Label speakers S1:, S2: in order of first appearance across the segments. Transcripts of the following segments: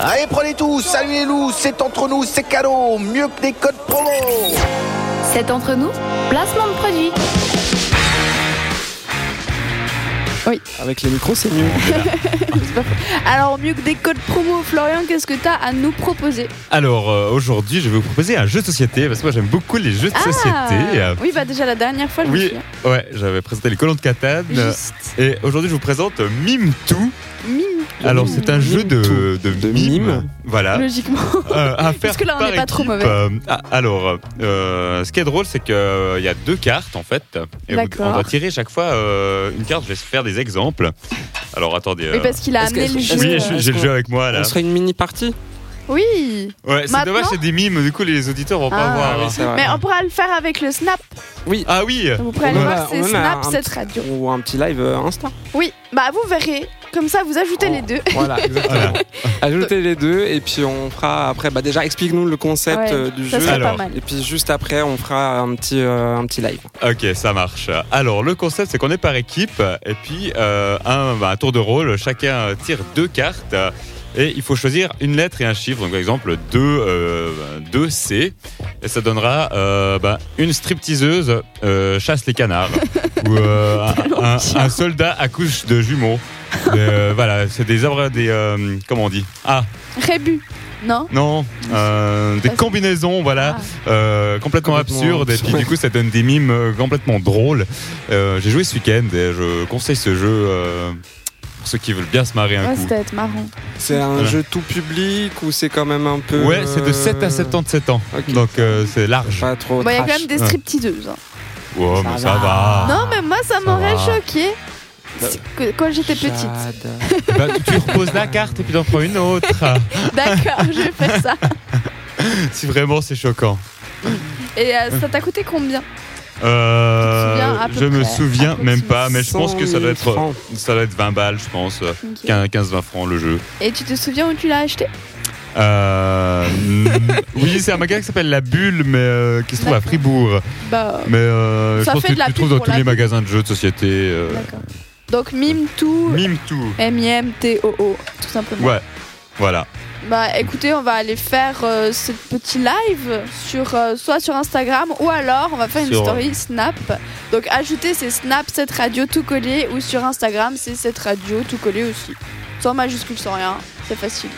S1: Allez, prenez tout, saluez nous c'est entre nous, c'est cadeau, mieux que des codes promo.
S2: C'est entre nous, placement de produit.
S3: Oui.
S4: Avec les micros, c'est mieux.
S3: Alors, mieux que des codes promo, Florian, qu'est-ce que t'as à nous proposer
S5: Alors euh, aujourd'hui, je vais vous proposer un jeu de société parce que moi j'aime beaucoup les
S3: Ah
S5: jeux de société. Euh,
S3: Oui, bah déjà la dernière fois, je me
S5: Oui,
S3: suis
S5: ouais, j'avais présenté les colons de Catane euh,
S3: juste
S5: et aujourd'hui je vous présente Mime Tout.
S3: mime
S5: Alors c'est un
S4: Mime
S5: jeu de,
S4: Tout. De
S5: mime,
S4: mime.
S5: voilà.
S3: logiquement.
S5: Ah. Euh, à faire
S3: Parce que là, on
S5: par
S3: n'est pas trop
S5: équipe.
S3: mauvais.
S5: Euh, ah, alors, euh, ce qui est drôle, c'est qu'il y a deux cartes en fait. Et vous-
S3: D'accord.
S5: on doit tirer chaque fois euh, une carte. Je vais faire des exemples. Alors attendez.
S3: Oui,
S5: euh,
S3: parce qu'il a
S4: Est-ce
S3: amené
S4: que-
S3: le jeu.
S4: est-ce que-
S5: oui, j'ai j'ai le jeu avec moi là.
S4: On serait une mini partie.
S5: Ah.
S3: Oui,
S5: Ouais, c'est
S3: Maintenant
S5: dommage, c'est des mimes. Du coup, les auditeurs vont pas
S3: Ah.
S5: voir. hein.
S3: mais on pourra le faire avec le Snap.
S5: Ah oui.
S3: Vous pourrez aller
S4: On
S3: voir,
S4: a-
S3: c'est
S4: on a
S3: Snap,
S4: un
S3: cette
S4: petit-
S3: radio.
S4: Ou un petit live euh, Insta.
S3: Oui, bah vous verrez. Comme ça, vous ajoutez
S4: Oh.
S3: les deux.
S4: Voilà, exactement.
S5: Voilà.
S4: Ajoutez les deux et puis on fera après. Bah déjà, explique-nous le concept
S3: Ouais,
S4: euh, du
S3: ça
S4: jeu.
S3: serait pas
S5: Alors.
S3: mal.
S4: Et puis juste après, on fera un petit, euh, un petit live.
S5: Ok, ça marche. Alors, le concept, c'est qu'on est par équipe, et puis euh, un, bah, un tour de rôle, chacun tire deux cartes, euh, et il faut choisir une lettre et un chiffre, donc par exemple 2, C, et ça donnera euh, bah, une stripteaseuse euh, chasse les canards, ou euh, un, un- un soldat accouche de jumeaux. Euh, voilà, c'est des arbres, des. euh, comment on dit Ah,
S3: Rébu, non
S5: non, euh, des combinaisons, voilà,
S3: ah.
S5: euh, complètement,
S4: Complètement
S5: absurdes. Et puis
S4: absurde.
S5: du coup, ça donne des mimes euh, complètement drôles. Euh, J'ai joué ce week-end et je conseille ce jeu euh, pour ceux qui veulent bien se marrer un
S3: Ouais,
S5: coup.
S3: c'était être marrant.
S4: C'est un
S5: Voilà.
S4: jeu tout public ou c'est quand même un peu.
S5: Ouais, c'est de
S4: euh,
S5: 7 à 77 ans.
S4: Ok.
S5: Donc euh, c'est large.
S4: Pas trop.
S3: Bon, il y a quand
S4: trash.
S3: même des
S5: Ouais.
S3: stripteaseuses. hein.
S5: Wow,
S4: Ah, Ça
S5: mais ça
S4: va.
S5: va.
S3: Non, mais moi, ça m'aurait
S5: va.
S3: choqué quand j'étais petite.
S4: Jade.
S5: Bah, tu- tu reposes la carte et puis t'en prends une autre.
S3: D'accord, je vais faire ça.
S5: si vraiment c'est choquant.
S3: Et euh, ça t'a coûté combien
S5: Euh,
S3: Tu te souviens à peu
S5: je me
S3: près,
S5: souviens même pas, Ah, mais je
S4: 100
S5: pense que ça
S4: 000
S5: doit être,
S4: francs.
S5: ça doit être 20 balles, je pense.
S3: Ok.
S5: 15-20 francs le jeu.
S3: Et tu te souviens où tu l'as acheté
S5: Euh, mm, oui, c'est un magasin qui s'appelle La Bulle, mais euh, qui se trouve à
S3: D'accord.
S5: Fribourg.
S3: Bah, euh,
S5: Mais euh, je
S3: Ça
S5: pense
S3: fait
S5: que
S3: de la
S5: tu
S3: pub
S5: trouves dans
S3: pour
S5: tous
S3: la
S5: les
S3: pub.
S5: magasins de jeux de société. euh,
S3: d'accord. Donc mime tout,
S5: mime tout.
S3: M-I-M-T-O-O, tout simplement.
S5: Ouais, voilà.
S3: Bah écoutez, on va aller faire euh, ce petit live sur euh, soit sur Instagram ou alors on va faire une
S5: Sur-
S3: story Snap. Donc ajoutez c'est Snap cette radio tout collé ou sur Instagram c'est cette radio tout collé aussi. Sans majuscule, sans rien, c'est facile.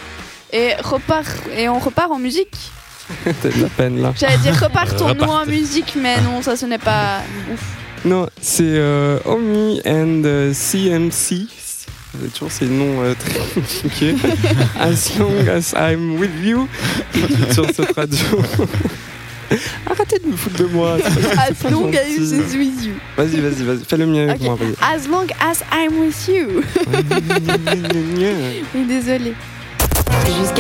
S3: Et repart et on repart en musique.
S4: T'as de la peine là.
S3: J'allais dire repartons-nous en
S5: Repartez.
S3: musique mais non, ça ce n'est pas ouf.
S4: Non, c'est euh, Omi and euh, CMC. Euh, Toujours ces noms euh, très compliqués. as long as I'm with you. Sur cette radio. Arrêtez de me foutre de moi. c'est pas-
S3: As long as
S4: gentil.
S3: it's with you.
S4: Vas-y, vas-y, vas-y. Fais le mien avec
S3: Ok.
S4: moi. vas-y.
S3: As long as I'm with you. Oui, désolé.
S2: Jusqu'à